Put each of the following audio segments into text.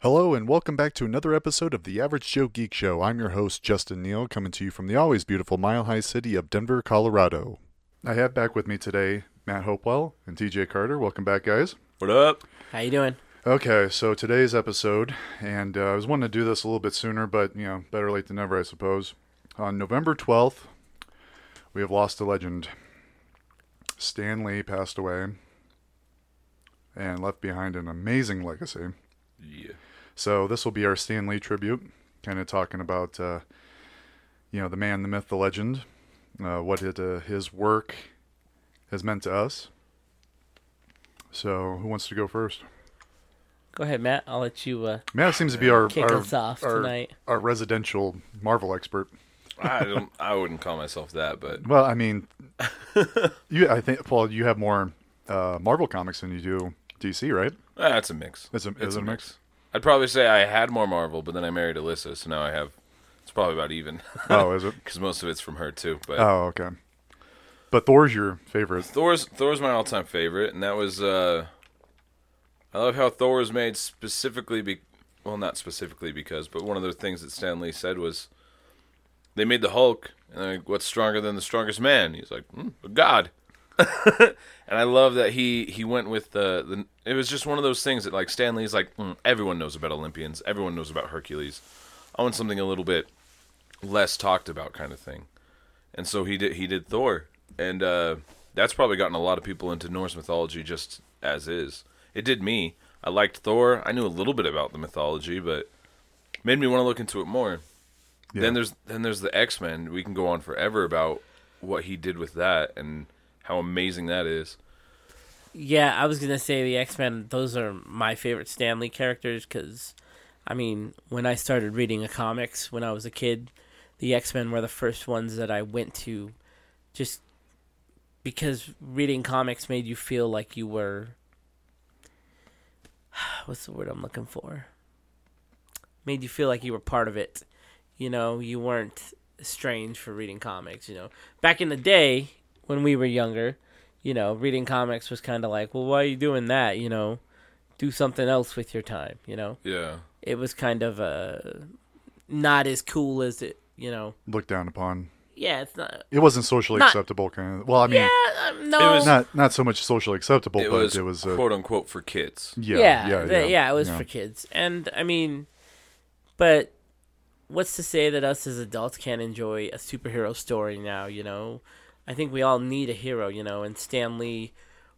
Hello, and welcome back to another episode of the Average Joe Geek Show. I'm your host, Justin Neal, coming to you from the always beautiful mile high city of Denver, Colorado. I have back with me today Matt Hopewell and TJ Carter. Welcome back, guys. What up? How you doing? Okay, so today's episode, and uh, I was wanting to do this a little bit sooner, but you know, better late than never, I suppose. On November 12th, we have lost a legend. Stan Lee passed away and left behind an amazing legacy. Yeah. So this will be our Stan Lee tribute, kind of talking about, uh, you know, the man, the myth, the legend, uh, what it, uh, his work has meant to us. So who wants to go first? Go ahead, Matt. I'll let you uh, Matt seems to be our kick our, us off our, tonight. our residential Marvel expert. I don't. I wouldn't call myself that, but Well, I mean, you I think Paul, you have more uh, Marvel comics than you do DC, right? ah, it's a mix. It's a- is it a mix? I'd probably say I had more Marvel, but then I married Alyssa, so now I have. It's probably about even Oh, is it? because most of it's from her too. But Oh, okay. But Thor's your favorite. Thor's Thor's my all-time favorite, and that was. uh I love how Thor was made specifically be. Well, not specifically because, but one of the things that Stan Lee said was, they made the Hulk, and they're like, what's stronger than the strongest man? He's like, "Hmm, a god. and I love that he he went with the the. It was just one of those things that like Stanley's like "Mm, everyone knows about Olympians, everyone knows about Hercules. I want something a little bit less talked about kind of thing, and so he did he did Thor, and uh, that's probably gotten a lot of people into Norse mythology just as is. It did me. I liked Thor. I knew a little bit about the mythology, but made me want to look into it more. Then there's then there's the X Men. We can go on forever about what he did with that and how amazing that is. Yeah, I was gonna say the X Men. Those are my favorite Stanley characters because, I mean, when I started reading the comics when I was a kid, the X Men were the first ones that I went to, just because reading comics made you feel like you were. What's the word I'm looking for? Made you feel like you were part of it. You know, you weren't strange for reading comics. You know, back in the day when we were younger, you know, reading comics was kind of like, well, why are you doing that? You know, do something else with your time. You know, Yeah. it was kind of uh, not as cool as it. You know, Looked down upon. yeah, it's not. It wasn't socially Not- acceptable, kind of. Well, I mean, Yeah, um, no, It was- not not so much socially acceptable, It but was, it was uh, quote unquote for kids. yeah, yeah, yeah, the- yeah, it was for kids. And I mean, but what's to say that us as adults can't enjoy a superhero story now? You know, I think we all need a hero. You know, and Stan Lee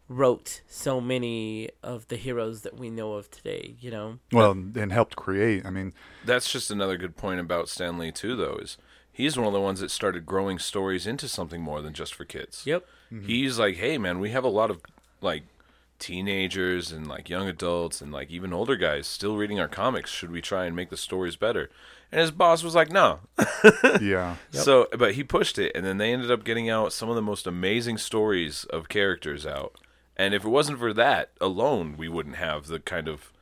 wrote so many of the heroes that we know of today. You know, well, and helped create. I mean, That's just another good point about Stanley too, though. Is he's one of the ones that started growing stories into something more than just for kids. yep. He's like, hey man, we have a lot of like teenagers and like young adults and like even older guys still reading our comics. Should we try and make the stories better? And his boss was like, no, yeah, So, but he pushed it, and then they ended up getting out some of the most amazing stories of characters out. And if it wasn't for that alone, we wouldn't have the kind of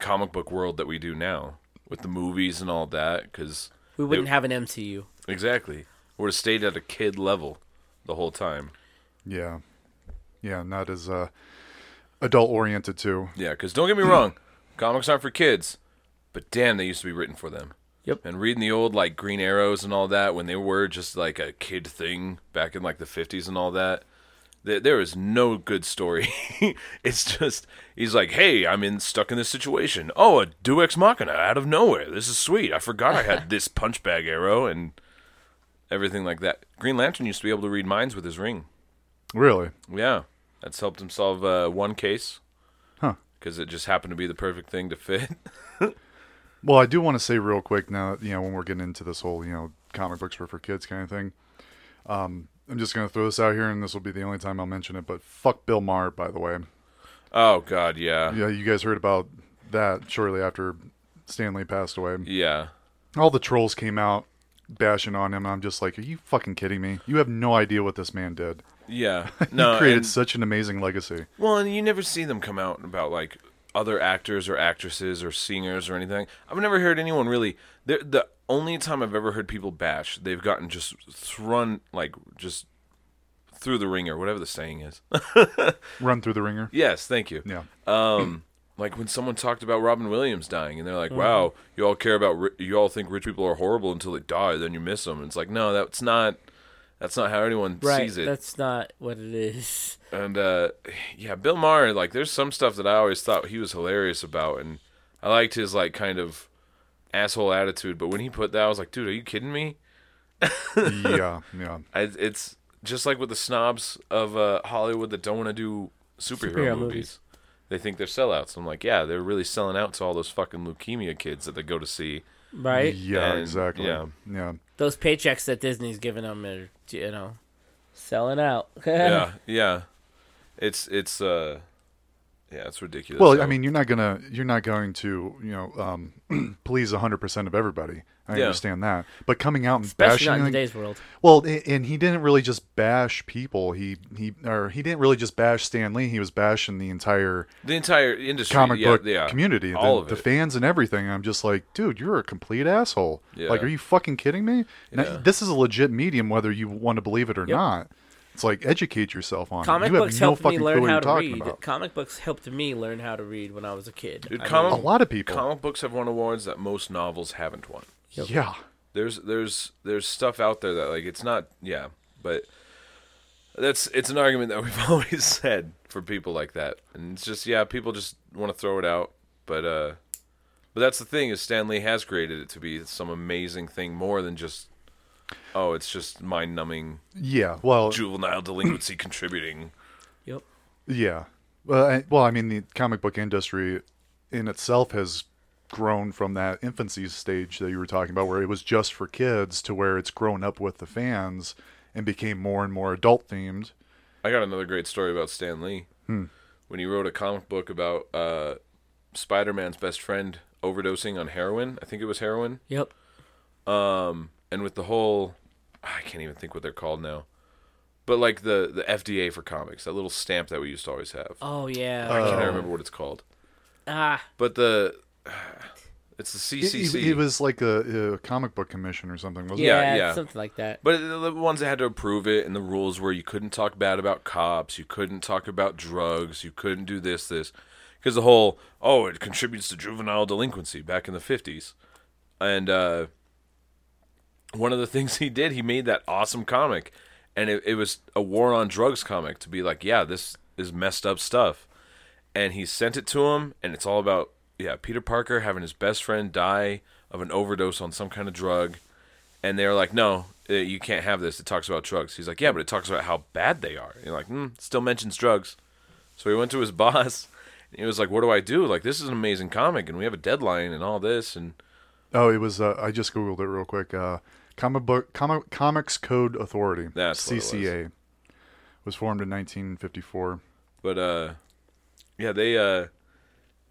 comic book world that we do now with the movies and all that. Because We wouldn't have an MCU. exactly, would have stayed at a kid level the whole time. yeah, yeah. Not as uh, adult oriented too. Yeah, because don't get me wrong, comics aren't for kids, but damn, they used to be written for them. Yep. And reading the old like Green Arrows and all that when they were just like a kid thing back in like the fifties and all that. There, there is no good story. it's just he's like, hey, I'm in stuck in this situation. Oh, a Duex Machina out of nowhere. This is sweet. I forgot I had this punch bag arrow and everything like that. Green Lantern used to be able to read minds with his ring. Really? Yeah, that's helped him solve uh, one case. Huh. Because it just happened to be the perfect thing to fit. Well, I do want to say real quick now, you know, when we're getting into this whole, you know, comic books were for kids kind of thing. Um, I'm just gonna throw this out here, and this will be the only time I'll mention it. But fuck Bill Maher, by the way. oh God, yeah, yeah. Yeah, you guys heard about that shortly after Stanley passed away. All the trolls came out bashing on him. And I'm just like, are you fucking kidding me? You have no idea what this man did. Yeah. No. he created Uh, and- such an amazing legacy. well, and you never see them come out about like other actors or actresses or singers or anything. I've never heard anyone really. They're, the only time I've ever heard people bash, they've gotten just thrown like just through the ringer, whatever the saying is. Run through the ringer. yes, thank you. Yeah. like when someone talked about Robin Williams dying, and they're Mm-hmm. like, "Wow, you all care about ri- you all think rich people are horrible until they die, then you miss them." And it's like, no, that's not that's not how anyone Right. sees it. That's not what it is. And uh, yeah, Bill Maher, like, there's some stuff that I always thought he was hilarious about, and I liked his like kind of asshole attitude. But when he put that, I was like, dude, are you kidding me? yeah, yeah. I, it's just like with the snobs of uh, Hollywood that don't want to do superhero, movies. Superhero movies. They think they're sellouts. I'm like, yeah, they're really selling out to all those fucking leukemia kids that they go to see. Right? Yeah, And- exactly. yeah. yeah. Those paychecks that Disney's giving them are, you know, selling out. yeah, yeah. It's it's uh, yeah, it's ridiculous. Well, how- I mean, you're not gonna you're not going to you know um, please 100 percent of everybody. I Yeah. understand that, but coming out and Especially not bashing in like- today's world. well, a- and he didn't really just bash people. He he or he didn't really just bash Stan Lee. He was bashing the entire the entire industry, comic yeah, book yeah, community, the, all of the it. fans and everything. And I'm just like, dude, you're a complete asshole. Yeah. Like, are you fucking kidding me? Now, Yeah. this is a legit medium, whether you want to believe it or Yep. not. It's like educate yourself on. it. Comic you have books no helped me fucking clue learn what how you're to talking read. about. Comic books helped me learn how to read when I was a kid. Dude, I mean, comic- A lot of people. Comic books have won awards that most novels haven't won. Yeah. There's there's there's stuff out there that like it's not yeah, but that's it's an argument that we've always said for people like that. And it's just yeah, people just want to throw it out, but uh but that's the thing is Stan Lee has created it to be some amazing thing more than just oh, it's just mind-numbing Yeah. Well, juvenile delinquency contributing. yep. Yeah. Well, I, well, I mean, the comic book industry in itself has grown from that infancy stage that you were talking about, where it was just for kids, to where it's grown up with the fans and became more and more adult themed. I got another great story about Stan Lee. When he wrote a comic book about uh, Spider Man's best friend overdosing on heroin, I think it was heroin. Yep. And with the whole, I can't even think what they're called now, but like the, the FDA for comics, that little stamp that we used to always have. Oh yeah. Uh, I can't remember what it's called. ah, But the, it's the It, CCC. it- it was like a, a comic book commission or something, wasn't Yeah, yeah, yeah. something like that. But the the ones that had to approve it, and the rules were you couldn't talk bad about cops, you couldn't talk about drugs, you couldn't do this, this, because the whole oh it contributes to juvenile delinquency back in the fifties, and uh, one of the things he did, he made that awesome comic, and it, it was a war on drugs comic to be like yeah this is messed up stuff, and he sent it to him, and it's all about yeah Peter Parker having his best friend die of an overdose on some kind of drug, and they were like, "No, uh, you can't have this. It talks about drugs." He's like, "Yeah, but it talks about how bad they are." And you're like, mm, "Still mentions drugs." So he went to his boss, and he was like, "What do I do? Like, this is an amazing comic, and we have a deadline, and all this." And it? Oh, it was. Uh, I just googled it real quick. Uh, comic book, comic, comics code authority. That's what it was. CCA. was. formed in 1954. but uh, yeah, they uh,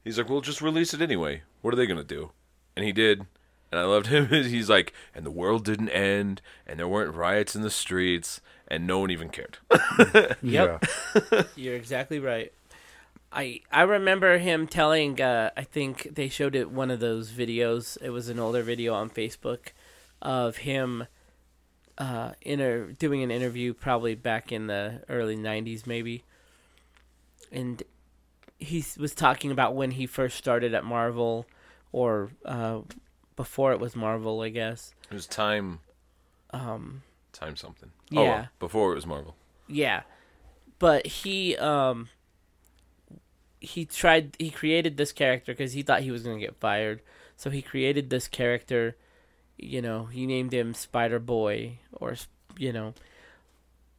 he's like, "Well, just release it anyway. What are they gonna do?" And he did. And I loved him. He's like, and the world didn't end, and there weren't riots in the streets, and no one even cared. Yep. Yeah. You're exactly right. I I remember him telling. Uh, I think they showed it one of those videos. It was an older video on Facebook of him uh, inter- doing an interview, probably back in the early '90s, maybe. And he s- was talking about when he first started at Marvel, or uh, before it was Marvel, I guess. It was time, um, time something. Oh, yeah. well, before it was Marvel. Yeah. But he um he tried he created this character cuz he thought he was going to get fired. So he created this character, you know, he named him Spider-Boy or you know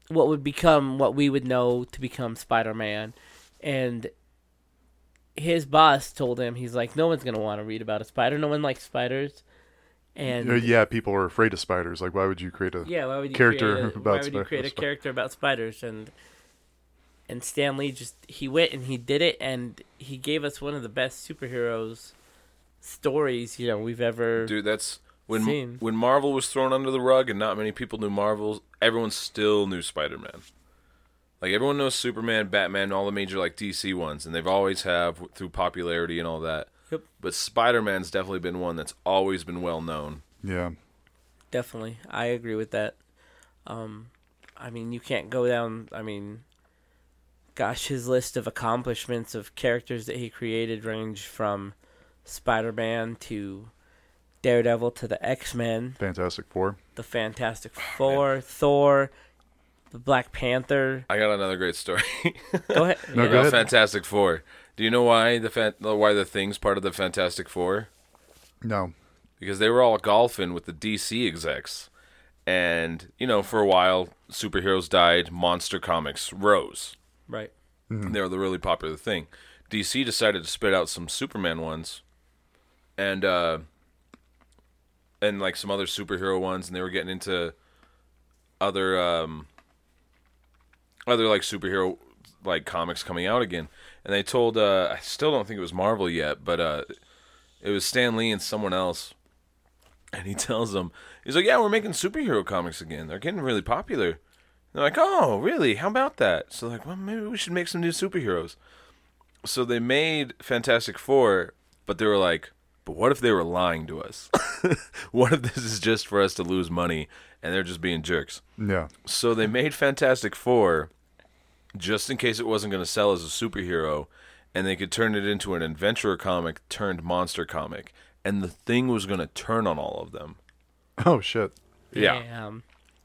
what would become what we would know to become Spider-Man and his boss told him he's like no one's going to want to read about a spider. No one likes spiders. And Uh, yeah. People are afraid of spiders. Like, why would you create a? yeah, why would you character create a, about why would you spiders. create a character about spiders and and Stan Lee just he went and he did it and he gave us one of the best superheroes stories you know we've ever Dude, that's when Seen. when Marvel was thrown under the rug and not many people knew Marvel, everyone still knew Spider-Man. Like everyone knows Superman, Batman, all the major like DC ones, and they've always have through popularity and all that. Yep. But Spider-Man's definitely been one that's always been well known. Yeah. definitely I agree with that. Um, I mean you can't go down. I mean gosh, his list of accomplishments of characters that he created range from Spider Man to Daredevil to the X Men, Fantastic Four. the Fantastic Four, Thor, the Black Panther. I got another great story. Go ahead. No, go Yeah. about ahead. Fantastic Four. Do you know why the fan- why the thing's part of the Fantastic Four? No. because they were all golfing with the DC execs. And, you know, for a while, superheroes died, monster comics rose. Right. They were the really popular thing. DC decided to spit out some Superman ones and uh and like some other superhero ones and they were getting into other um other like superhero like comics coming out again. And they told uh I still don't think it was Marvel yet, but uh it was Stan Lee and someone else. And he tells them, he's like, "Yeah, we're making superhero comics again. They're getting really popular." And they're like, "Oh, really? How about that?" So like, "Well, maybe we should make some new superheroes." So they made Fantastic Four, but they were like, "But what if they were lying to us? what if this is just for us to lose money and they're just being jerks?" Yeah. So they made Fantastic Four just in case it wasn't going to sell as a superhero, and they could turn it into an adventurer comic turned monster comic, and the thing was going to turn on all of them. Oh shit. Yeah. Damn.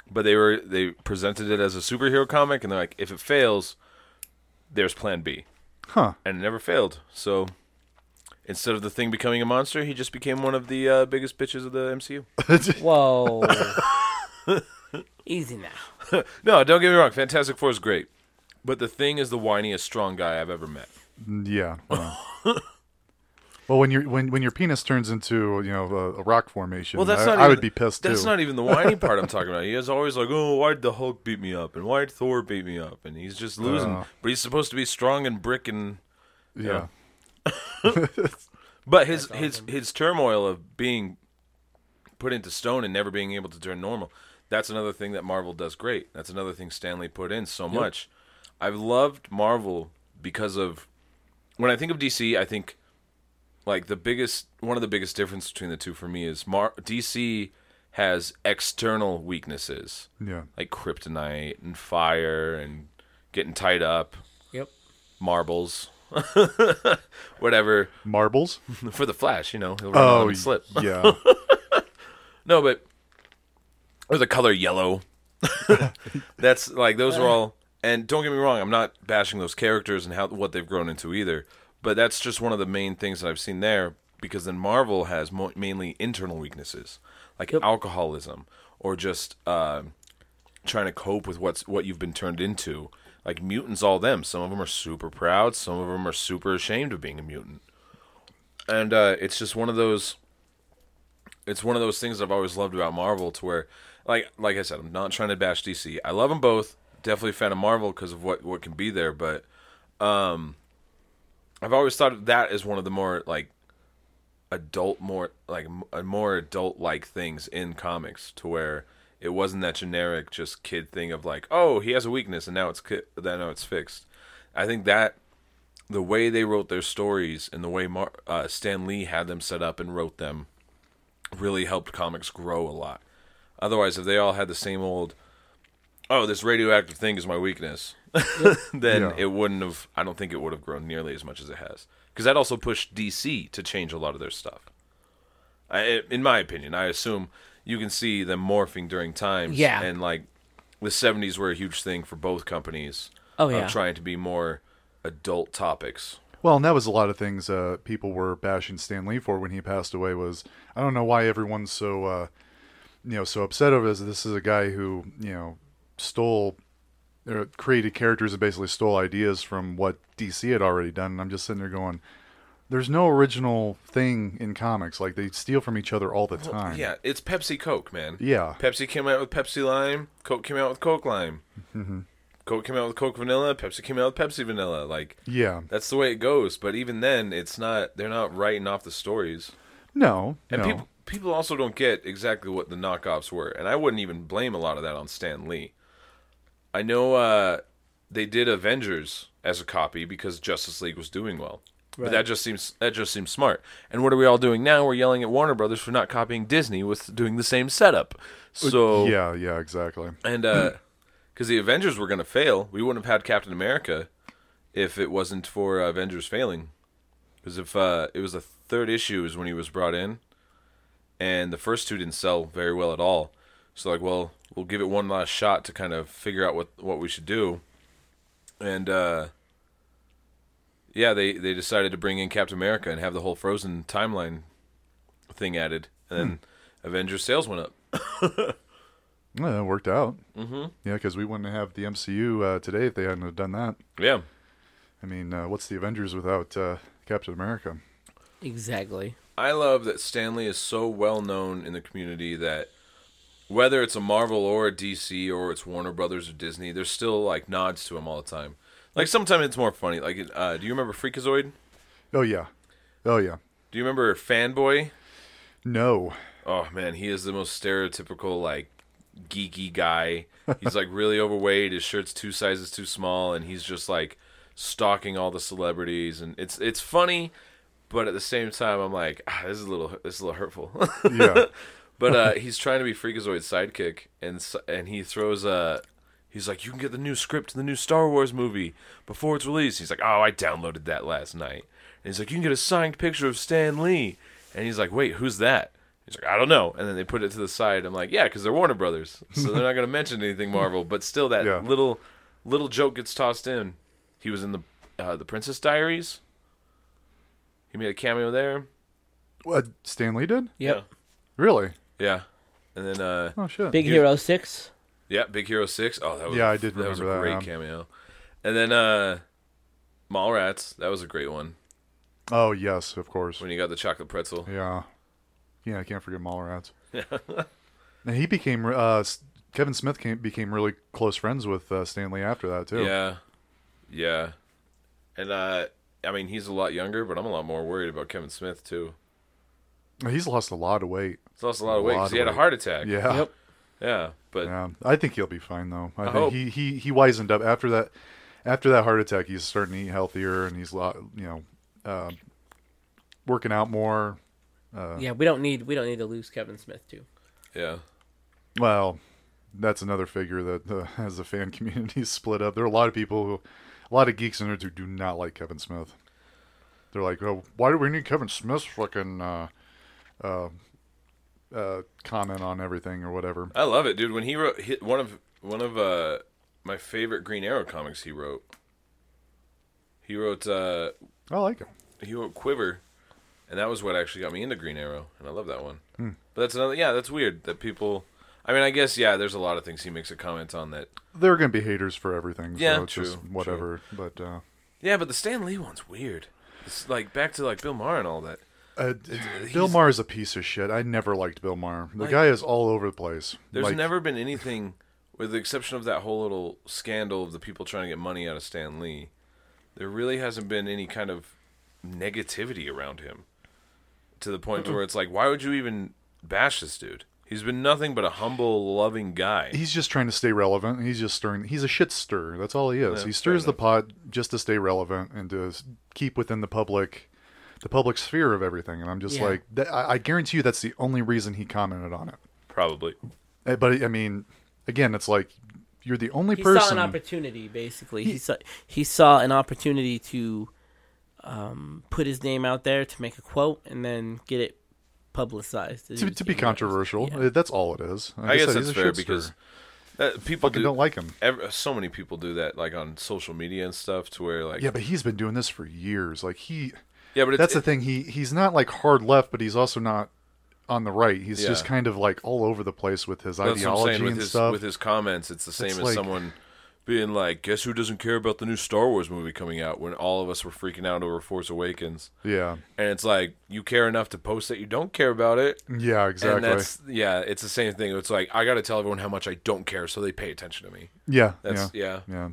But they were they presented it as a superhero comic, and they're like, if it fails, there's Plan B, Huh. and it never failed. So instead of the thing becoming a monster, he just became one of the uh, biggest bitches of the MCU. Whoa. Easy now. no, don't get me wrong, Fantastic Four is great, but the thing is the whiniest strong guy I've ever met. Yeah. Well, well when your when when your penis turns into you know a, a rock formation, Well, that's I, not. I even, would be pissed That's too. not even the whiny part I'm talking about. He is always like, "Oh, why'd the Hulk beat me up? And why'd Thor beat me up?" And he's just losing. Uh. but he's supposed to be strong and brick and. yeah. But his his his turmoil of being put into stone and never being able to turn normal. That's another thing that Marvel does great. That's another thing Stanley put in so much. I've loved Marvel because of when I think of DC, I think like the biggest one of the biggest difference between the two for me is Mar- DC has external weaknesses Yeah. like kryptonite and fire and getting tied up, Yep. marbles, whatever. Marbles. For the Flash, you know, he'll run Oh, on and slip. yeah. No, but or the color yellow. That's like those are all. And don't get me wrong, I'm not bashing those characters and how what they've grown into either. But that's just one of the main things that I've seen there. Because then Marvel has mo- mainly internal weaknesses, like alcoholism or just uh, trying to cope with what's what you've been turned into. Like mutants, all them. Some of them are super proud. Some of them are super ashamed of being a mutant. And uh, it's just one of those it's one of those things I've always loved about Marvel to where like like I said I'm not trying to bash DC. I love them both. Definitely a fan of Marvel because of what what can be there, but um I've always thought of that as one of the more like adult more like m- a more adult like things in comics to where it wasn't that generic just kid thing of like oh he has a weakness and now it's ki- then now it's fixed. I think that the way they wrote their stories and the way Mar- uh, Stan Lee had them set up and wrote them really helped comics grow a lot. Otherwise, if they all had the same old, oh, this radioactive thing is my weakness, then Yeah. it wouldn't have. I don't think it would have grown nearly as much as it has. Because that also pushed DC to change a lot of their stuff. I, in my opinion, I assume you can see them morphing during times. Yeah. and like the '70s were a huge thing for both companies. Oh, of yeah. trying to be more adult topics. Well, and that was a lot of things uh, people were bashing Stan Lee for when he passed away. Was I don't know why everyone's so uh, you know so upset over this. This is a guy who you know stole or created characters and basically stole ideas from what DC had already done. And I'm just sitting there going, "There's no original thing in comics. Like they steal from each other all the time." Yeah, it's Pepsi Coke, man. Yeah. Pepsi came out with Pepsi Lime. Coke came out with Coke Lime. Mm-hmm. Coke came out with Coke Vanilla. Pepsi came out with Pepsi Vanilla. Like Yeah. that's the way it goes. But even then, it's not. They're not writing off the stories. No. And no. people people also don't get exactly what the knockoffs were. And I wouldn't even blame a lot of that on Stan Lee. I know uh, they did Avengers as a copy because Justice League was doing well. But Right. that just seems that just seems smart. And what are we all doing now? We're yelling at Warner Brothers for not copying Disney with doing the same setup. So Yeah. Yeah. Exactly. uh, and because the Avengers were going to fail, we wouldn't have had Captain America. if it wasn't for uh, Avengers failing. Because if uh, it was the third issue is when he was brought in, and the first two didn't sell very well at all. So like, well, we'll give it one last shot to kind of figure out what what we should do. And uh, yeah, they they decided to bring in Captain America and have the whole Frozen timeline thing added, and then Avengers sales went up. Yeah, it worked out. Mm-hmm. Yeah, because we wouldn't have the MCU uh, today if they hadn't have done that. Yeah, I mean, uh, what's the Avengers without uh, Captain America? Exactly. I love that Stanley is so well known in the community that whether it's a Marvel or a DC or it's Warner Brothers or Disney, there's still like nods to him all the time. Like sometimes it's more funny. Like, uh, do you remember Freakazoid? Oh yeah, oh yeah. Do you remember Fanboy? No, Oh man, he is the most stereotypical like geeky guy. He's like really overweight. His shirt's two sizes too small, and he's just like stalking all the celebrities. And it's it's funny, but at the same time, I'm like, ah, this is a little this is a little hurtful. yeah, but uh, he's trying to be Freakazoid's sidekick, and s- and he throws a. He's like, you can get the new script to the new Star Wars movie before it's released. He's like, oh, I downloaded that last night. And he's like, you can get a signed picture of Stan Lee. And he's like, wait, who's that? He's like, I don't know. And then they put it to the side. I'm like, yeah, because they're Warner Brothers, so they're not going to mention anything Marvel. But still, that Yeah. little little joke gets tossed in. He was in the uh, the Princess Diaries. He made a cameo there. what Stanley did? Yep. Really? Yeah. And then uh, Oh shit. Big You- Hero Six. Yeah, Big Hero Six. Oh, that was Yeah, I I did that was a remember that, great yeah. cameo. And then uh Mallrats, that was a great one Oh yes, of course. when you got the chocolate pretzel. Yeah, yeah. I can't forget Mallrats. and he became uh, S- Kevin Smith came, became really close friends with uh, Stanley after that too. Yeah, yeah. And uh I mean, he's a lot younger, but I'm a lot more worried about Kevin Smith too. He's lost a lot of weight. He's lost a lot of A weight lot 'cause he of had a weight. heart attack. Yeah. Yep. yeah. But Yeah, I think he'll be fine though. I, think hope. he he he wisened up after that. After that heart attack, he's starting to eat healthier and he's lot you know, uh, working out more. yeah, we don't need we don't need to lose Kevin Smith too. yeah, Well, that's another figure that uh, as the fan community is split up. There are a lot of people who, a lot of geeks and nerds who do not like Kevin Smith. They're like, oh, why do we need Kevin Smith's fucking uh, uh, uh, comment on everything or whatever? I love it, dude. When he wrote hit one of one of uh my favorite Green Arrow comics, he wrote. He wrote uh I like him. he wrote Quiver, and that was what actually got me into Green Arrow, and I love that one. But that's another, yeah, that's weird that people. I mean, I guess yeah, there's a lot of things he makes a comment on that. There are going to be haters for everything. So Yeah, it's just true, whatever. But uh, Yeah, but the Stan Lee one's weird. It's like back to like Bill Maher and all that. Uh, d- Bill Maher is a piece of shit. I never liked Bill Maher. The guy is all over the place. There's Like, never been anything, with the exception of that whole little scandal of the people trying to get money out of Stan Lee. There really hasn't been any kind of negativity around him, to the point to where it's like, why would you even bash this dude? He's been nothing but a humble, loving guy. He's just trying to stay relevant. He's just stirring. He's a shit stirrer. That's all he is. he stirs the pot just to stay relevant and to s- keep within the public, the public sphere of everything. And I'm just Yeah. like, that, I, I guarantee you, that's the only reason he commented on it. Probably. Uh, But I mean, again, it's like you're the only He saw person. an opportunity. Basically, he, saw he saw an opportunity to um, put his name out there to make a quote and then get it publicized. to, to be controversial, Yeah. Uh, that's all it is. Like I guess said, that's he's a fair shit because stirrer. that, people fucking do, don't like him. ev- so many people do that, like on social media and stuff, to where like Yeah, but he's been doing this for years. Like he, yeah, but it's, that's it- the thing. He he's not like hard left, but he's also not on the right. He's Yeah. just kind of like all over the place with his that's what I'm ideology saying with and his stuff. with his comments. It's the same It's as like- someone being like, "Guess who doesn't care about the new Star Wars movie coming out?" When all of us were freaking out over Force Awakens, yeah, and it's like you care enough to post that you don't care about it. yeah, And exactly. that's yeah, it's the same thing. It's like I got to tell everyone how much I don't care, so they pay attention to me. Yeah, That's yeah, yeah, yeah.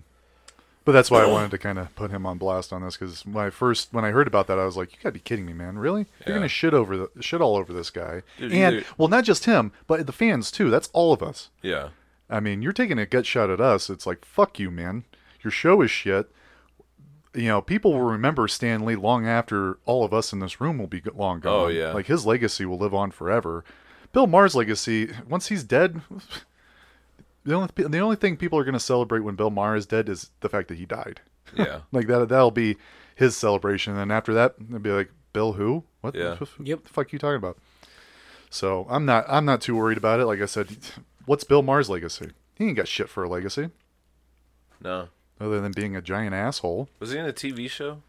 But that's why I wanted to kind of put him on blast on this because when I first when I heard about that, I was like, "You gotta be kidding me, man! Really? Yeah. You're gonna shit over the shit all over this guy?" Dude, and either- well, not just him, but the fans too. That's all of us. yeah. I mean, you're taking a gut shot at us. It's like, fuck you, man. Your show is shit. You know, people will remember Stan Lee long after all of us in this room will be g- long gone. Oh, yeah. Like, his legacy will live on forever. Bill Maher's legacy, once he's dead, the only, the only thing people are going to celebrate when Bill Maher is dead is the fact that he died. Yeah. Like that that'll be his celebration. And after that, it'll be like Bill who? What? Yeah. the f- Yep. The fuck you talking about? So I'm not I'm not too worried about it. Like I said, what's Bill Maher's legacy? He ain't got shit for a legacy No. other than being a giant asshole. Was he in a TV show?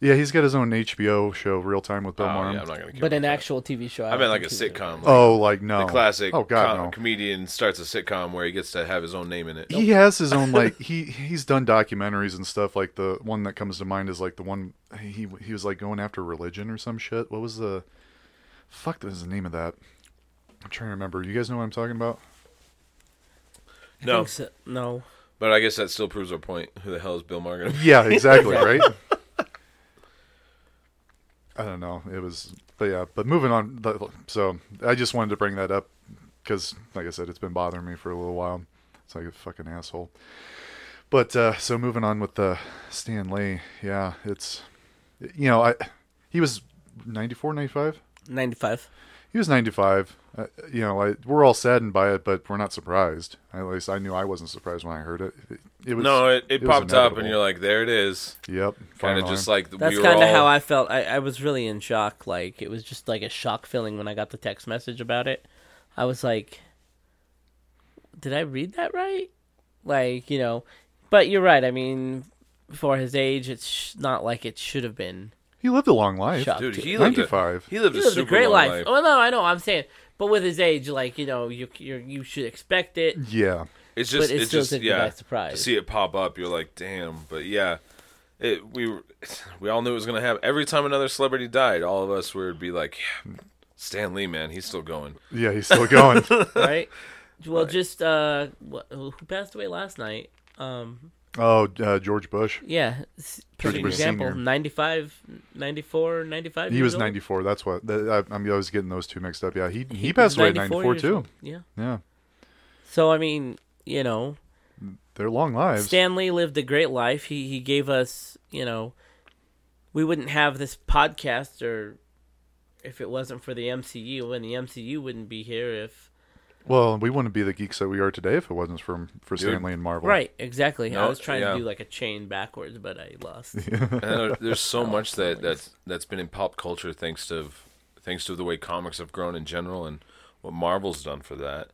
Yeah, he's got his own HBO show, Real Time with Bill oh, Maher. yeah, I'm not gonna. Care But an about actual TV show. that. I meant like a don't think he sitcom. did. Like oh, like no, The classic. Oh god, com- no. Comedian starts a sitcom where he gets to have his own name in it. He has his own like he he's done documentaries and stuff. Like the one that comes to mind is like the one he he was like going after religion or some shit. What was the fuck? What is the name of that? I'm trying to remember. You guys know what I'm talking about? I No. think so- No. But I guess that still proves our point. Who the hell is Bill Maher? Gonna be? Yeah, exactly. right. I don't know. It was, but yeah. But moving on. the- So I just wanted to bring that up because, like I said, it's been bothering me for a little while. It's like a fucking asshole. But uh, so moving on with uh, Stan Lee. Yeah, it's you know I he was 94, 95? 95. He was 95. Uh, you know, I, we're all saddened by it, but we're not surprised. At least I knew I wasn't surprised when I heard it. It, it was no, it, it, was popped up, and inevitable. you're like, there it is. yep, Kind of finally. just like That's we were kind of all- how I felt. I, I was really in shock. Like, it was just like a shock feeling when I got the text message about it. I was like, did I read that right? Like, you know, but you're right. I mean, for his age, it's sh- not like it should have been. He lived a long life. Shocked. Dude, he lived 95. A, he lived He a lived a super great long life. Oh, no, I know. I'm saying, but with his age, like, you know, you you're, you should expect it. Yeah. It's just, but it it's still just, took me yeah. by surprise. To see it pop up, you're like, damn. But yeah, it we were- we all knew it was gonna happen. Every time another celebrity died, all of us would be like, yeah, Stan Lee, man, he's still going. Yeah, he's still going. right? Well, just uh, what, who passed away last night? Um, oh, uh, George Bush. yeah, s- perfect Bush example. Senior. 95, 94, 95 He years was old. 94. That's what. That, I, I'm always getting those two mixed up. Yeah, he he, passed away at 94 years too. old. Yeah. Yeah, So I mean, you know, they're long lives. Stanley lived a great life. He he gave us, you know, we wouldn't have this podcast or if it wasn't for the MCU, and the MCU wouldn't be here if well, we wouldn't be the geeks that we are today if it wasn't for for Dude. Stanley and Marvel. right exactly. I No, was trying yeah. to do like a chain backwards, but I lost. And there- there's so much that that's that's been in pop culture thanks to thanks to the way comics have grown in general and what Marvel's done for that.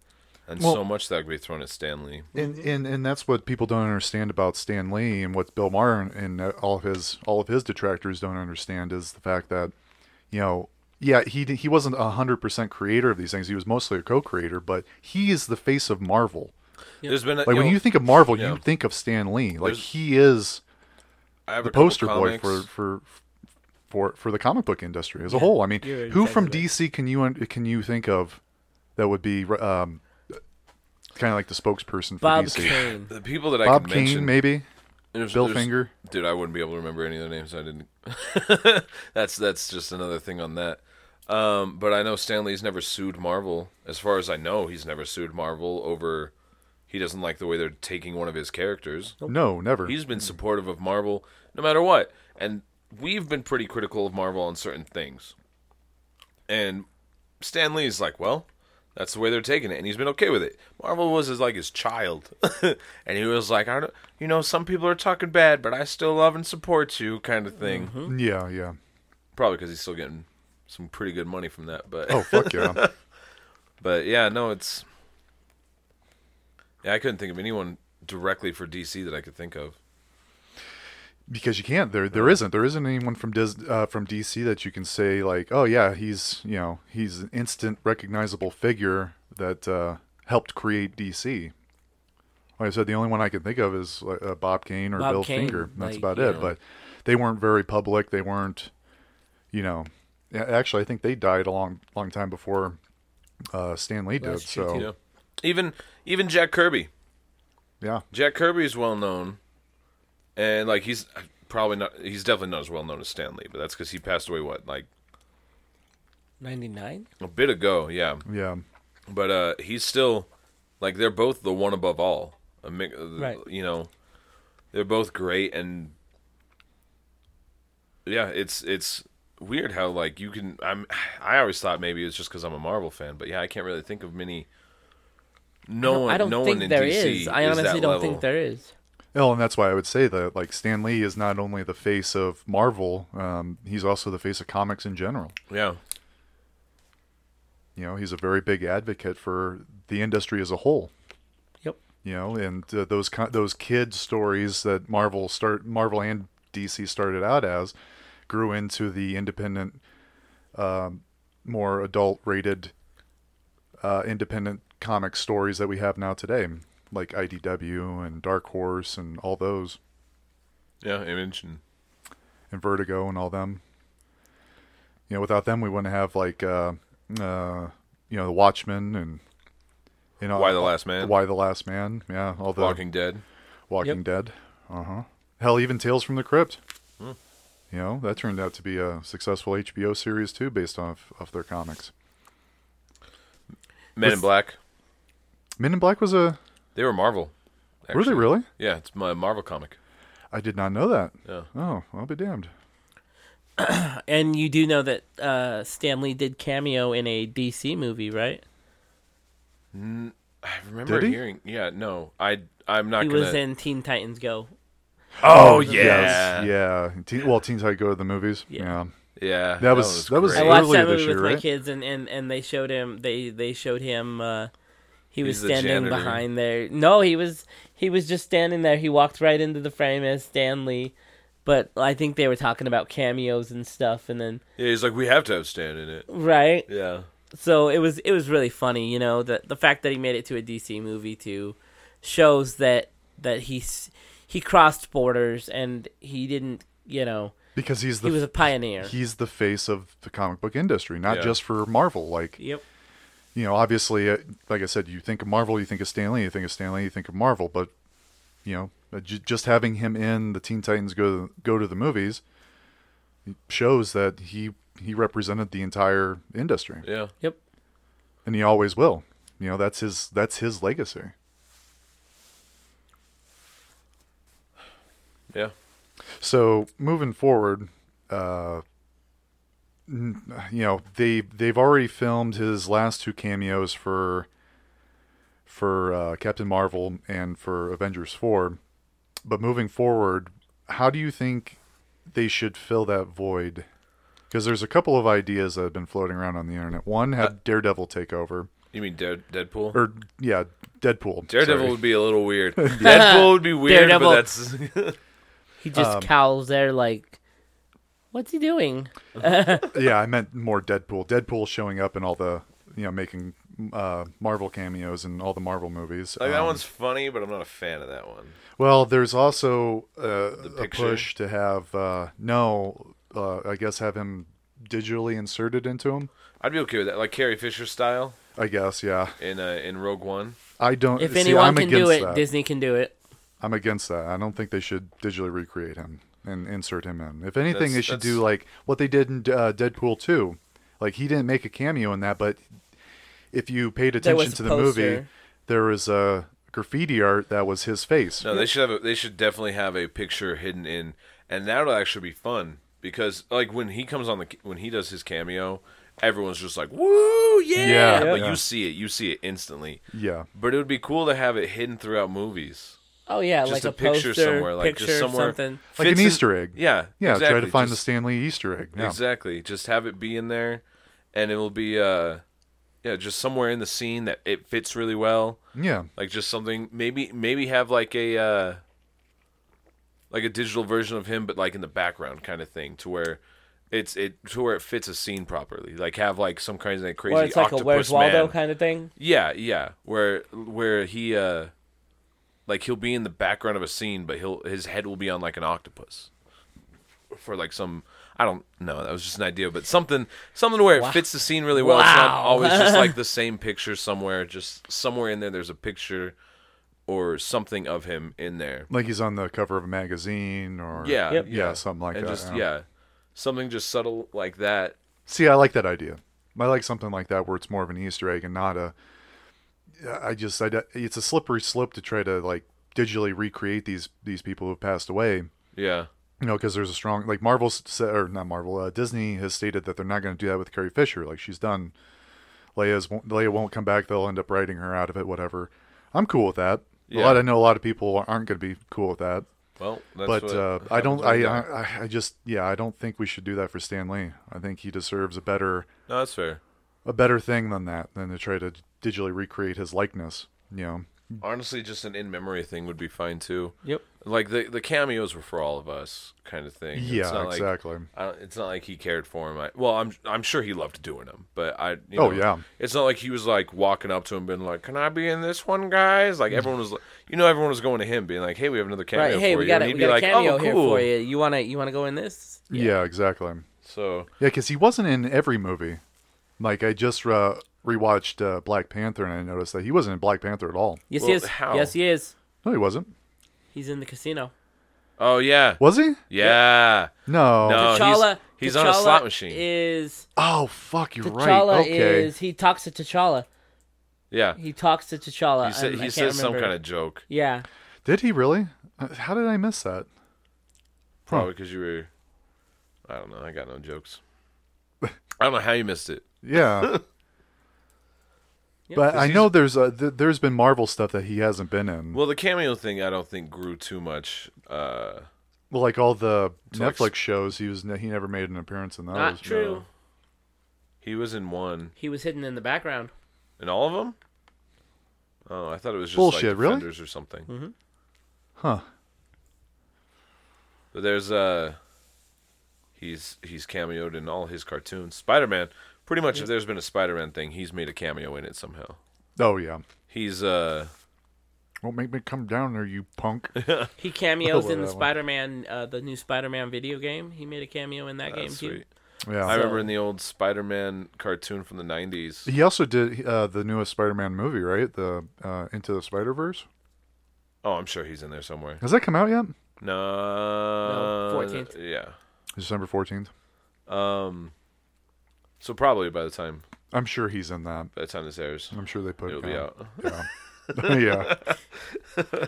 And Well- so much that could be thrown at Stan Lee. And, and and that's what people don't understand about Stan Lee and what Bill Maher and, and uh, all of his all of his detractors don't understand is the fact that you know yeah he d- he wasn't a hundred percent creator of these things he was mostly a co-creator but he is the face of Marvel There's been a, Like when know, you think of Marvel, yeah. you think of Stan Lee. Like There's- he is I have the a couple poster boy comics- for for for for the comic book industry as a whole. I mean, you're who from exactly right. DC can you can you think of that would be um, kind of like the spokesperson for Bob DC? Kane. the people that I Bob could Kane, mention. maybe there's- Bill there's- Finger. Dude, I wouldn't be able to remember any of their names. I didn't. that's that's just another thing on that. Um, but I know Stanley's never sued Marvel. As far as I know, he's never sued Marvel over. He doesn't like the way they're taking one of his characters. No, never. He's been supportive of Marvel no matter what, and we've been pretty critical of Marvel on certain things. And Stan Lee's like, well, that's the way they're taking it, and he's been okay with it. Marvel was his, like his child, and he was like, I don't, you know, some people are talking bad, but I still love and support you, kind of thing. Probably 'cause yeah, yeah. Probably because he's still getting some pretty good money from that, but Oh fuck yeah. but yeah, no, it's. Yeah, I couldn't think of anyone directly for DC that I could think of. because you can't. There, there isn't. There isn't anyone from Dis, uh, from DC that you can say like, oh yeah, he's you know he's an instant recognizable figure that uh, helped create DC. Like I said, the only one I can think of is like, uh, Bob Kane or Bob Bill Kane, Finger. That's like, about you it. know. But they weren't very public. They weren't, you know. a- Actually, I think they died a long, long time before uh, Stan Lee did. That's true, So Yeah, even even Jack Kirby, yeah, Jack Kirby is well known, and like he's probably not. He's definitely not as well known as Stan Lee, but that's because he passed away what like Ninety nine. a bit ago. Yeah, yeah. but uh, he's still like they're both the one above all. A mi- uh, Right. You know, they're both great, and yeah, it's it's weird how like you can. I'm. I always thought maybe it's just because I'm a Marvel fan, but yeah, I can't really think of many. No one. I don't no think one in there DC is. I honestly that don't level. think there is. Oh, and that's why I would say that like Stan Lee is not only the face of Marvel, um, he's also the face of comics in general. Yeah. You know, he's a very big advocate for the industry as a whole. Yep. You know, and uh, those ki- those kid stories that Marvel start Marvel and DC started out as grew into the independent, um, more adult rated, uh, independent comic stories that we have now today, like IDW and Dark Horse and all those Yeah. Image and and Vertigo and all them. You know, without them, we wouldn't have like uh, uh, you know the Watchmen and you know Why the Last Man. Uh, Why the Last Man, yeah, all the Walking, Walking Dead. Yep. Dead, uh huh. Hell, even Tales from the Crypt. Hmm. You know that turned out to be a successful HBO series too, based off of their comics. Men in With- Black. Men in Black was a They were Marvel. were they actually. really? Yeah, it's my Marvel comic. I did not know that. Yeah. Oh, I'll be damned. And you do know that uh, Stan Lee did cameo in a DC movie, right? I remember Did he? hearing. Yeah, no, I I'm not He gonna. was in Teen Titans Go. oh Yes, yeah, yeah. yeah. Teen, well, teens I go to the movies. Yeah. yeah. yeah That was- that was- great. I Right. watched Earlier that this movie with year, my right? kids, and, and, and they showed him they they showed him uh, he was He's the standing janitor. behind there. No, he was he was just standing there. He walked right into the frame as Stanley, but I think they were talking about cameos and stuff, and then Yeah, he's like, we have to have Stan in it. right. Yeah, So it was it was really funny, you know, the the fact that he made it to a DC movie too shows that that he's he crossed borders and he didn't, you know, Because he's the he was a pioneer. he's the face of the comic book industry, not Yeah. just for Marvel. Like Yep. you know, obviously, uh, like I said, you think of Marvel, you think of Stanley, you think of Stanley, you think of Marvel. But you know, uh, ju- just having him in the Teen Titans go go to the movies shows that he he represented the entire industry, yeah. Yep. and he always will. You know, that's his that's his legacy. Yeah. So moving forward, uh, n- you know they they've already filmed his last two cameos for for uh, Captain Marvel and for Avengers Four. But moving forward, how do you think they should fill that void? Because there's a couple of ideas that have been floating around on the internet. One had Daredevil take over, You mean Dead, Deadpool? or yeah, Deadpool. Daredevil Er, sorry. would be a little weird. Deadpool would be weird, Daredevil. but that's He Um, just cowls there like what's he doing? yeah, I meant more Deadpool. Deadpool showing up in all the you know making uh, Marvel cameos in all the Marvel movies. like that Um, one's funny, but I'm not a fan of that one. well, there's also uh, a picture? push to have uh, no, uh, I guess have him digitally inserted into him. I'd be okay with that, like Carrie Fisher style I guess yeah. in uh, in Rogue One. I don't. If see, anyone I'm can do against it, that. Disney can do it. I'm against that. I don't think they should digitally recreate him and insert him in. If anything, That's- they should do that's- like what they did in uh, Deadpool 2. Like he didn't make a cameo in that, but if you paid attention was a to the movie, poster. there was a graffiti art that was his face. No, they should have. A, they should definitely have a picture hidden in, and that'll actually be fun because, like, when he comes on the when he does his cameo, everyone's just like, "Woo, yeah!" Yeah. But Yeah. you see it, you see it instantly. Yeah, But it would be cool to have it hidden throughout movies. Oh yeah, Just like a a, picture poster, somewhere, like, just picture, somewhere- something. like an Fits in- Easter egg. Yeah, yeah. Try Exactly. to find the Just- Stanley Easter egg. Yeah. Exactly. Just have it be in there, and it'll be uh, yeah, just somewhere in the scene that it fits really well. Yeah. Like just something maybe maybe have like a uh, like a digital version of him, but like in the background kind of thing to where. It's it to where it fits a scene properly. Like have like some kind of crazy Or it's like a octopus Where's Waldo man. kind of thing. Yeah, yeah. Where where he uh like he'll be in the background of a scene, but he'll his head will be on like an octopus. For like some I don't know, that was just an idea, but something something where it fits the scene really well. It's not Wow. always just like the same picture somewhere, just somewhere in there there's a picture or something of him in there. Like he's on the cover of a magazine or Yeah. Yep. yeah, something like and that. just yeah. Something just subtle like that. See, I like that idea. I like something like that where it's more of an Easter egg and not a. I just, I, it's a slippery slope to try to like digitally recreate these these people who have passed away. Yeah. You know, because there's a strong like Marvel sa- or not Marvel, uh, Disney has stated that they're not going to do that with Carrie Fisher. Like she's done. Leia's won't- Leia won't come back. They'll end up writing her out of it. Whatever. I'm cool with that. Yeah. But I know a lot of people aren't going to be cool with that. Well, that's but what uh, I happens don't. when I, you I die. I- I just yeah. I don't think we should do that for Stan Lee. I think he deserves a better no, that's fair. a better thing than that than to try to digitally recreate his likeness. You know. Honestly, just an in memory thing would be fine too. Yep. Like the the cameos were for all of us, kind of thing. it's yeah. not Like, Exactly. I don't, it's not like he cared for him. I, well, I'm I'm sure he loved doing them, but I. You Oh, know, yeah. It's not like he was like walking up to him, being like, "Can I be in this one, guys?" Like everyone was, like, you know, everyone was going to him, being like, "Hey, we have another cameo Right. Hey, for we you," got and a, he'd we be got like, a cameo "Oh, here cool." for you. You wanna you wanna go in this? yeah. Exactly. Yeah. So Because he wasn't in every movie. Like I just uh, rewatched uh, Black Panther and I noticed that he wasn't in Black Panther at all. Yes, he Well, is. how? Yes, he is. No, he wasn't. He's in the casino. Oh yeah, Was he? yeah. No. No. Oh, he's- T'Challa. he's T'Challa on a slot machine. Is Oh fuck, you're T'Challa right. Okay. is he talks to T'Challa. Yeah. He talks to T'Challa. He said and Um, I he can't says some remember. kind of joke, Yeah. Did he really? Uh, How did I miss that? probably because you were. I don't know. I got no jokes. I don't know how you missed it. Yeah. Yep. But I he's- know there's a, th- there's been Marvel stuff that he hasn't been in, Well, the cameo thing, I don't think grew too much. Uh, Well, like all the like- Netflix shows, he was ne- he never made an appearance in those. Not true. no. he was in one, He was hidden in the background. in all of them. Oh, I thought it was just Bullshit, like really? Defenders or something. Mm-hmm. Huh. But there's uh, he's he's cameoed in all his cartoons. Spider Man, pretty much. If there's been a Spider Man thing, he's made a cameo in it somehow. Oh yeah. He's uh, Don't make me come down there, you punk. He cameos in that the one. Spider-Man, uh, the new Spider-Man video game. He made a cameo in that game that's too. sweet. Yeah. I remember So- in the old Spider Man cartoon from the '90s. he also did uh, the newest Spider-Man movie, right? The uh, Into the Spider-Verse. Oh, I'm sure he's in there somewhere. Has that come out yet? No, 14th. Yeah. December fourteenth. Um. So probably by the time I'm sure he's in that. by the time this airs, I'm sure they put it'll be yeah. out. yeah.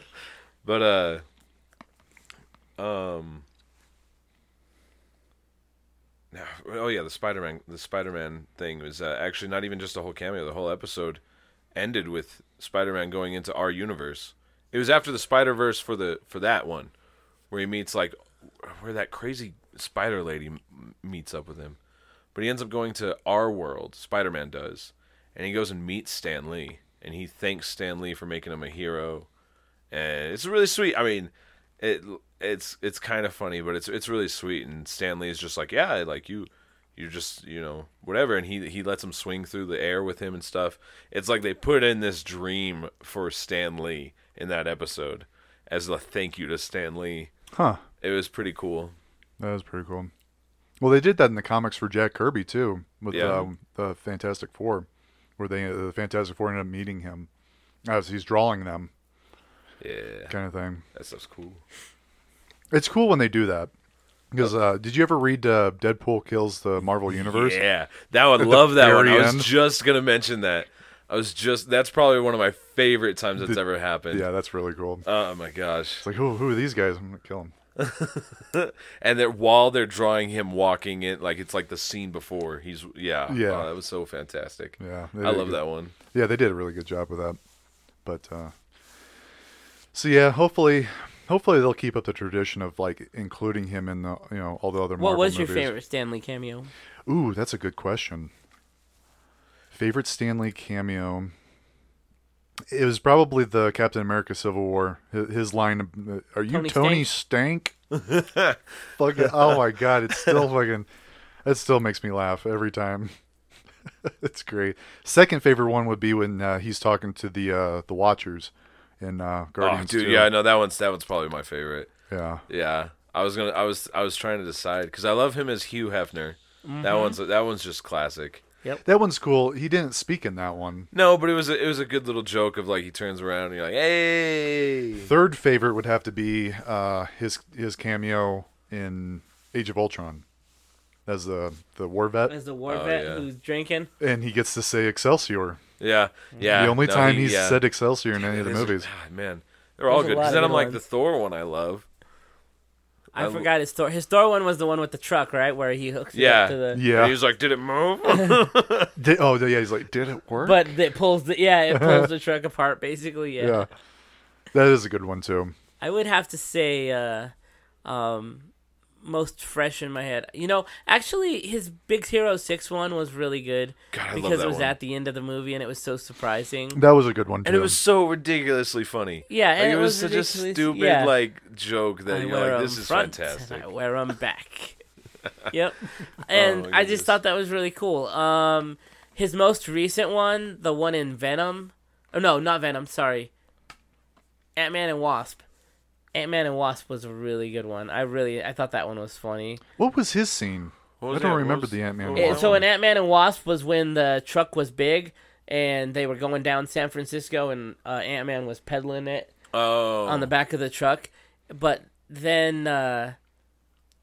But uh, um, now- oh yeah, the Spider Man, the Spider Man thing was uh, actually not even just a whole cameo. The whole episode ended with Spider Man going into our universe. It was after the Spider Verse for the for that one, where he meets like where that crazy Spider Lady m- meets up with him, but he ends up going to our world. Spider Man does, and he goes and meets Stan Lee, and he thanks Stan Lee for making him a hero and it's really sweet. I mean, it it's it's kind of funny, but it's it's really sweet. And Stanley is just like, yeah, like you, you're just you know whatever. And he he lets him swing through the air with him and stuff. It's like they put in this dream for Stan Lee in that episode as a thank you to Stan Lee. Huh. It was pretty cool. That was pretty cool. Well, they did that in the comics for Jack Kirby too, with Yeah. um, the Fantastic Four, where they the Fantastic Four ended up meeting him as he's drawing them, Yeah, kind of thing. that stuff's cool. It's cool when they do that. Because uh, did you ever read uh, Deadpool kills the Marvel Universe? Yeah, that one. Love that one. I very was end. just gonna mention that. I was just. That's probably one of my favorite times that's ever happened. Yeah, that's really cool. Oh my gosh. It's like, who, who are these guys? I'm gonna kill them. and that while they're drawing him walking in, like it's like the scene before he's yeah Yeah. Wow, that was so fantastic. Yeah, they I did love good- that one. Yeah, they did a really good job with that. But uh, so yeah, hopefully, hopefully they'll keep up the tradition of like including him in the you know all the other. What Marvel was your movies. favorite Stanley cameo? Ooh, that's a good question. Favorite Stanley cameo. It was probably the Captain America Civil War. His, his line, of, "Are you Tony Tony, Stank?" fucking, oh my god, it's still fucking. It still makes me laugh every time. it's great. Second favorite one would be when uh, he's talking to the uh, the Watchers in uh, Oh, Guardians. dude, 2. yeah, I know that one's that one's probably my favorite. yeah. Yeah, I was gonna, I was, I was trying to decide because I love him as Hugh Hefner. That Mm-hmm. one's that one's just classic. That one's cool. He didn't speak in that one. No, but it was a, it was a good little joke of like he turns around and you're like, hey, Third favorite would have to be uh, his his cameo in Age of Ultron as the the war vet, As the war Oh, vet yeah. who's drinking. and he gets to say Excelsior. yeah, yeah. the only No, time he- he's yeah. said Excelsior in any of the It is- movies. ah, man, they're all There's a good. lot Because of then good I'm like the ones. Thor one I love. I, I- forgot his Thor. His Thor one was the one with the truck, right, where he hooks it Yeah, up to the. Yeah. And he was like, did it move? Did, oh yeah, he's like, did it work? But it pulls the yeah, it pulls the truck apart basically. Yeah. yeah. That is a good one too. I would have to say, uh, um, most fresh in my head. You know, actually, his Big Hero Six one was really good God, I love because that it was one. at the end of the movie and it was so surprising. That was a good one too. And it was so ridiculously funny. Yeah, Like, and it it was was such a ridiculous- stupid yeah. like joke that I you're wear like, 'em this is front fantastic. Oh, And I wear 'em back. yep. And my I goodness. just thought that was really cool. Um, his most recent one, the one in Venom. Oh no, not Venom. Sorry. Ant Man and Wasp. Ant Man and Wasp was a really good one. I really, I thought that one was funny. what was his scene? What was I don't that? What remember was- the Ant-Man what one. Eh, was so that in Ant Man and Wasp was when the truck was big, and they were going down San Francisco, and uh, Ant Man was peddling it. one? oh, on the back of the truck, but then uh,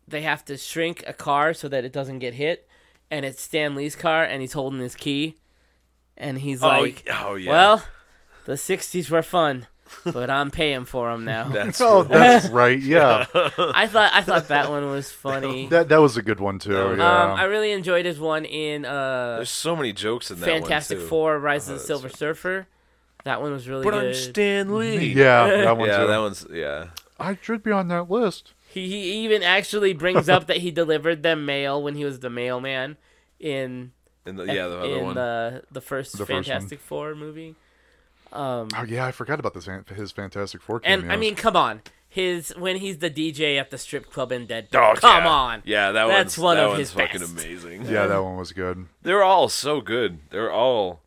they have to shrink a car so that it doesn't get hit, and it's Stan Lee's car, and he's holding his key, and he's oh, like, y- oh yeah. "Well, the '60s were fun, but I'm paying for them now." that's Oh, that's right. Yeah, I thought I thought that one was funny. that that was a good one too. Um, yeah. Um, I really enjoyed his one in uh, there's so many jokes in that Fantastic one too. Four: Rise of the that's Silver Surfer. That one was really But I'm good. Stan Lee. yeah, that one yeah, too. that one's yeah. I should be on that list. He, he even actually brings up that he delivered them mail when he was the mailman in And the, yeah, the other in one. the the first The first one. Fantastic Four movie. Oh yeah, I forgot about this Ant- his Fantastic Four. Um, And I cameos. mean, come on, his when he's the DJ at the strip club in Dead. Oh, come yeah. on, Yeah, that That's one's, one that of one's his fucking best. amazing. yeah, that one was good. They're all so good. They're all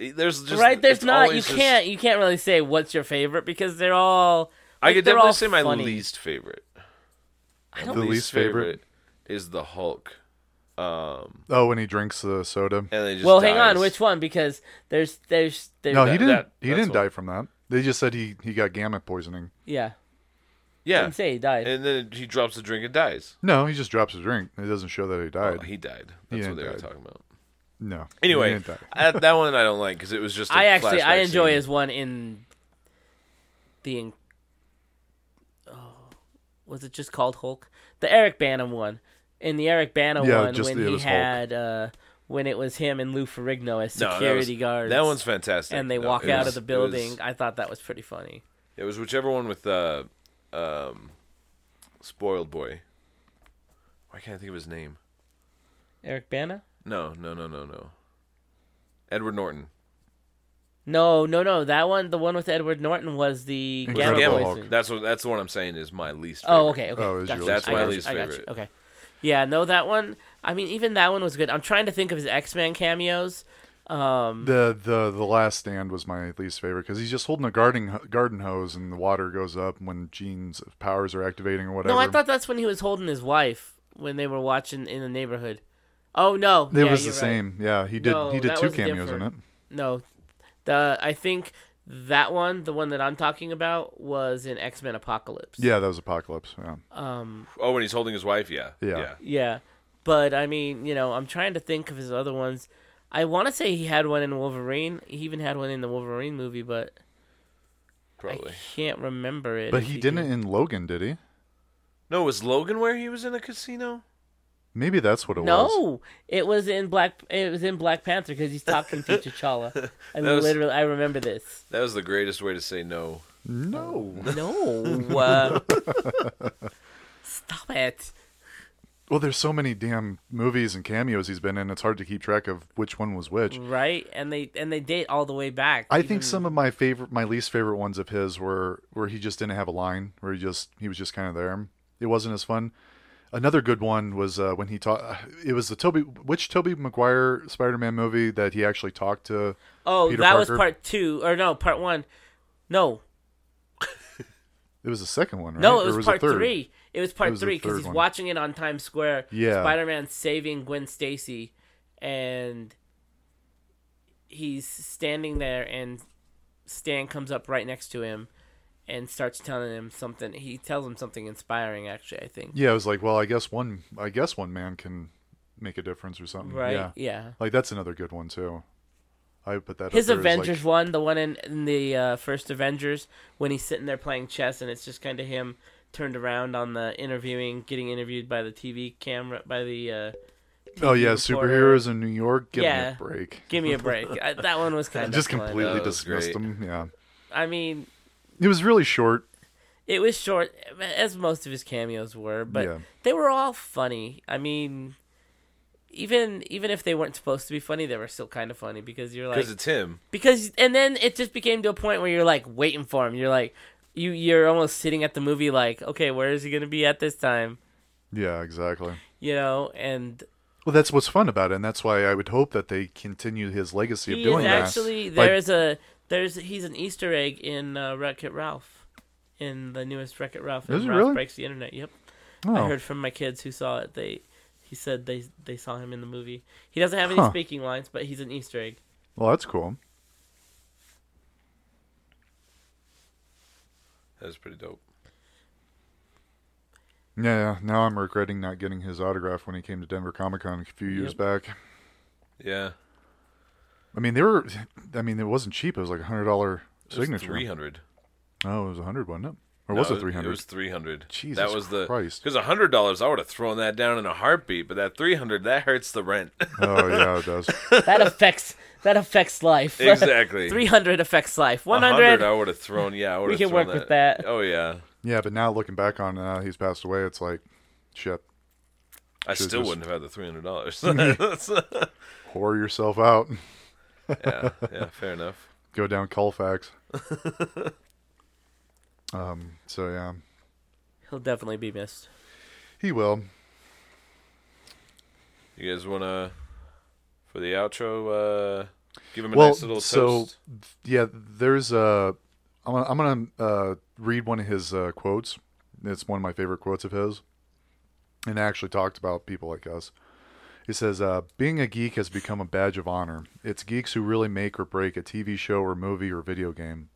there's just right? There's it's not you always just- can't you can't really say what's your favorite because they're all. I like, could they're definitely all say my funny. least favorite. I The least favorite. is the Hulk. Um, Oh, when he drinks the soda. and they just Well, hang on, dies. which one? Because there's there's there's No, that- he didn't. that- he that's didn't all. die from that. They just said he he got gamma poisoning. yeah. Yeah, Didn't say he died. and then he drops the drink and dies. No, he just drops a drink. It doesn't show that he died. Oh, he died. He That's didn't what they were die. talking about. no. he Anyway, didn't die. I, that one I don't like because it was just. a I actually I flashback enjoy scene. his one in the in- oh was it just called Hulk? The Eric Bana one. In the Eric Bana Yeah, one just when the- it he was Hulk. had uh when it was him and Lou Ferrigno as No, that was- security guards. That one's fantastic. and they No, walk it out was- of the it was- building. I thought that was pretty funny. It was whichever one with uh, um, spoiled boy. Why can't I think of his name? Eric Bana? No, no, no, no, no. Edward Norton. No, no, no. That one, the one with Edward Norton was the Gamma Incredible Gamma Hulk. Poison. That's what. That's what I'm saying is my least. Favorite. Oh, okay, okay. Oh, it was Gotcha. your That's I my gotcha, least I gotcha. favorite. Okay. Yeah, no, that one. I mean, even that one was good. I'm trying to think of his X Men cameos. Um, The the the last stand was my least favorite because he's just holding a garden ho- garden hose and the water goes up when Jean's powers are activating or whatever. no, I thought that's when he was holding his wife when they were watching in the neighborhood. Oh no, it yeah, was the you're right. same. Yeah, he did No, he did that two was cameos in it. different. No, the I think that one, the one that I'm talking about, was in X Men Apocalypse. Yeah, that was Apocalypse. Yeah. Um. Oh, when he's holding his wife. Yeah. Yeah. Yeah, but I mean, you know, I'm trying to think of his other ones. I want to say he had one in Wolverine. He even had one in the Wolverine movie, but Probably. I can't remember it. But if he didn't did. in Logan, did he? No, was Logan where he was in a casino? Maybe that's what it was. No, it was in Black. It was in Black Panther because he's talking to T'Challa. I That was- literally, I remember this. That was the greatest way to say no. No. No, uh, stop it. Well, there's so many damn movies and cameos he's been in. It's hard to keep track of which one was which. Right, and they and they date all the way back. I even- think some of my favorite, my least favorite ones of his were where he just didn't have a line, where he just he was just kind of there. It wasn't as fun. Another good one was uh, when he talked. It was the Toby, which Toby Maguire Spider-Man movie that he actually talked to. Oh, Peter that Parker. was part two, or no, part one. No, It was the second one, right? No, Or it was, the part third? three. It was part It was the three because third he's one. watching it on Times Square. Yeah. Spider Man saving Gwen Stacy, and he's standing there, and Stan comes up right next to him and starts telling him something. He tells him something inspiring, actually, I think. Yeah, it was like, well, I guess one, I guess one man can make a difference or something. Right? Yeah. Yeah. Like that's another good one too. I would put that. up His there as, like- Avengers one, the one in, in the uh, first Avengers, when he's sitting there playing chess, and it's just kind of him turned around on the interviewing, getting interviewed by the TV camera, by the. Uh, oh yeah, reporter. superheroes in New York. Give me Yeah. a break. Give me a break. I, that one was kind of Just fun. completely That was dismissed great. them. Yeah. I mean, It was really short. It was short, as most of his cameos were, but Yeah. they were all funny. I mean, even even if they weren't supposed to be funny, they were still kind of funny because you're like because it's him. because and then it just became to a point where you're like waiting for him. You're like you you're almost sitting at the movie like, okay, where is he gonna be at this time? Yeah, exactly. You know, and Well, that's what's fun about it, and that's why I would hope that they continue his legacy he of doing is that. actually by- there is a there's he's an Easter egg in uh, Wreck It Ralph, in the newest Wreck It Ralph. Is and it Ralph really? breaks the internet. Yep, oh, I heard from my kids who saw it. They he said they they saw him in the movie. He doesn't have any Huh. speaking lines, but he's an Easter egg. well, that's cool. That's pretty dope. Yeah, yeah. Now I'm regretting not getting his autograph when he came to Denver Comic Con a few years Yep. back. Yeah, I mean, they were. I mean, it wasn't cheap. It was like a hundred dollar signature. Three hundred. Oh, it was a hundred, wasn't it? Or was it three It hundred? was three hundred. Jesus that was the Christ. Because hundred dollars, I would have thrown that down in a heartbeat. But that three hundred, that hurts the rent. Oh yeah, it does. That affects that affects life. exactly. Three hundred affects life. One 100, I hundred. would have thrown. Yeah, I would have can thrown work with that. Oh yeah, Yeah, but now looking back on uh, he's passed away, it's like, shit, I Should've still just- wouldn't have had the three hundred dollars. yeah, whore yourself out, yeah, fair enough. go down Colfax. um. So yeah, He'll definitely be missed. he will. You guys wanna for the outro? uh Give him a well, nice little so toast. yeah, there's a. I'm gonna, I'm gonna uh, read one of his uh, quotes. It's one of my favorite quotes of his, and it actually talked about people like us. He says, uh, "Being a geek has become a badge of honor. It's geeks who really make or break a TV show or movie or video game.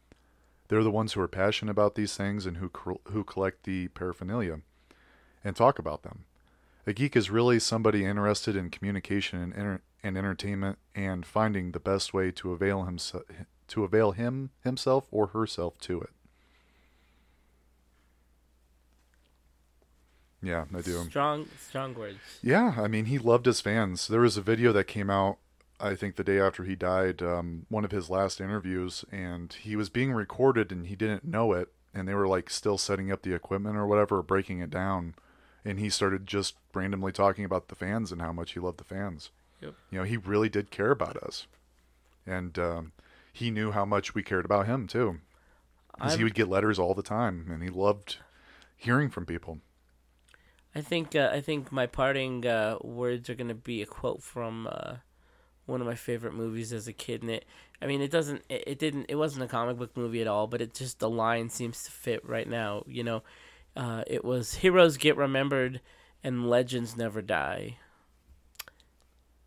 They're the ones who are passionate about these things and who cr- who collect the paraphernalia, and talk about them. A geek is really somebody interested in communication and, enter- and entertainment and finding the best way to avail himself to avail him himself or herself to it. Yeah, I do. Strong strong words. Yeah, I mean, he loved his fans. There was a video that came out, I think, the day after he died, um, one of his last interviews, and he was being recorded and he didn't know it. And they were like still setting up the equipment or whatever, or breaking it down. And he started just randomly talking about the fans and how much he loved the fans. Yep. You know, he really did care about us. And um, he knew how much we cared about him, too. Because he I'm- would get letters all the time, and he loved hearing from people. I think uh, I think my parting uh, words are gonna be a quote from uh, one of my favorite movies as a kid, and it. I mean, it doesn't. It, it didn't. It wasn't a comic book movie at all, but it just the line seems to fit right now. You know, uh, it was heroes get remembered, and legends never die.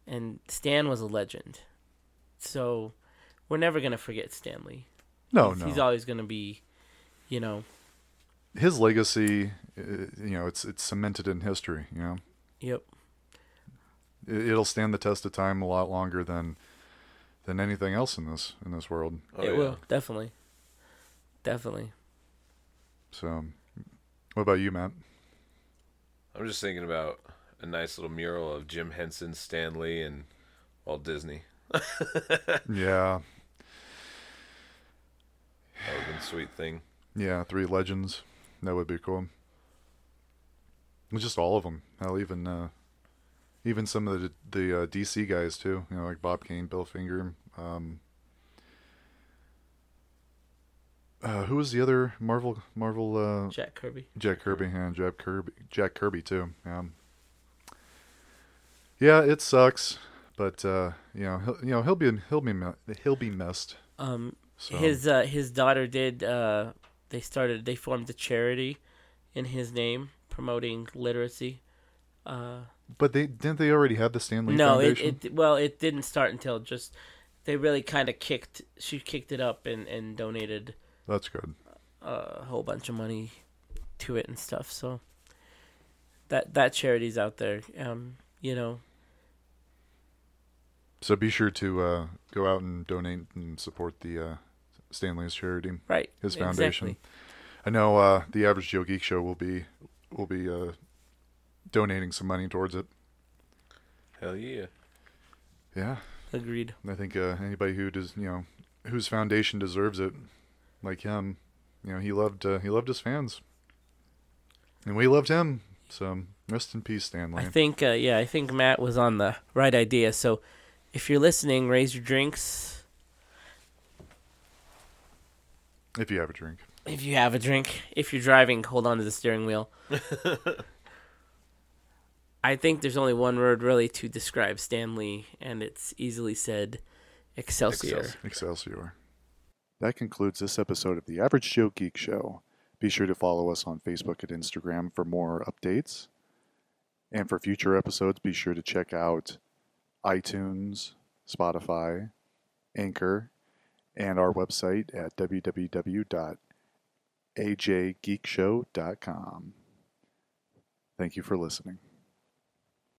And Stan was a legend, so we're never gonna forget Stanley. Oh, No, he's, no. he's always gonna be, you know, his legacy, uh, you know, it's it's cemented in history. You know, yep. it, it'll stand the test of time a lot longer than than anything else in this in this world. Oh, it yeah. will definitely, definitely. So, what about you, Matt? I'm just thinking about a nice little mural of Jim Henson, Stan Lee, and Walt Disney. Yeah, That would have been a sweet thing. yeah, three legends. That would be cool. Well, Just all of them. Hell, even uh, even some of the the uh, DC guys too. You know, like Bob Kane, Bill Finger. Um, uh, who was the other Marvel Marvel uh, Jack Kirby. Jack Kirby and Jack Kirby, Jack Kirby too. Yeah. Yeah, it sucks, but uh, you know, he'll, you know, he'll be he'll be mi- he'll be missed. Um, So His uh, his daughter did. Uh, they started. They formed a charity in his name, promoting literacy. Uh, but they didn't they already have the Stanley no, it, Foundation? it well, it didn't start until just. They really kind of kicked. She kicked it up and and donated That's good. uh, a whole bunch of money to it and stuff. So that that charity's out there. Um, you know, So be sure to uh, go out and donate and support the uh, Stanley's charity, right? his foundation. Exactly. I know uh, the average Joe Geek Show will be will be uh, donating some money towards it. Hell yeah. Yeah. Agreed. I think uh, anybody who does, you know, whose foundation deserves it, like him, you know he loved uh, he loved his fans, and we loved him. So rest in peace, Stan I Lane. think, uh, yeah, I think Matt was on the right idea. So, if you're listening, raise your drinks if you have a drink, if you have a drink. If you're driving, hold on to the steering wheel. I think there's only one word really to describe Stanley, and it's easily said, Excelsior. Excelsior. Excelsior. That concludes this episode of the Average Joe Geek Show. Be sure to follow us on Facebook and Instagram for more updates. And for future episodes, be sure to check out iTunes, Spotify, Anchor, and our website at www.ajgeekshow.com. Thank you for listening.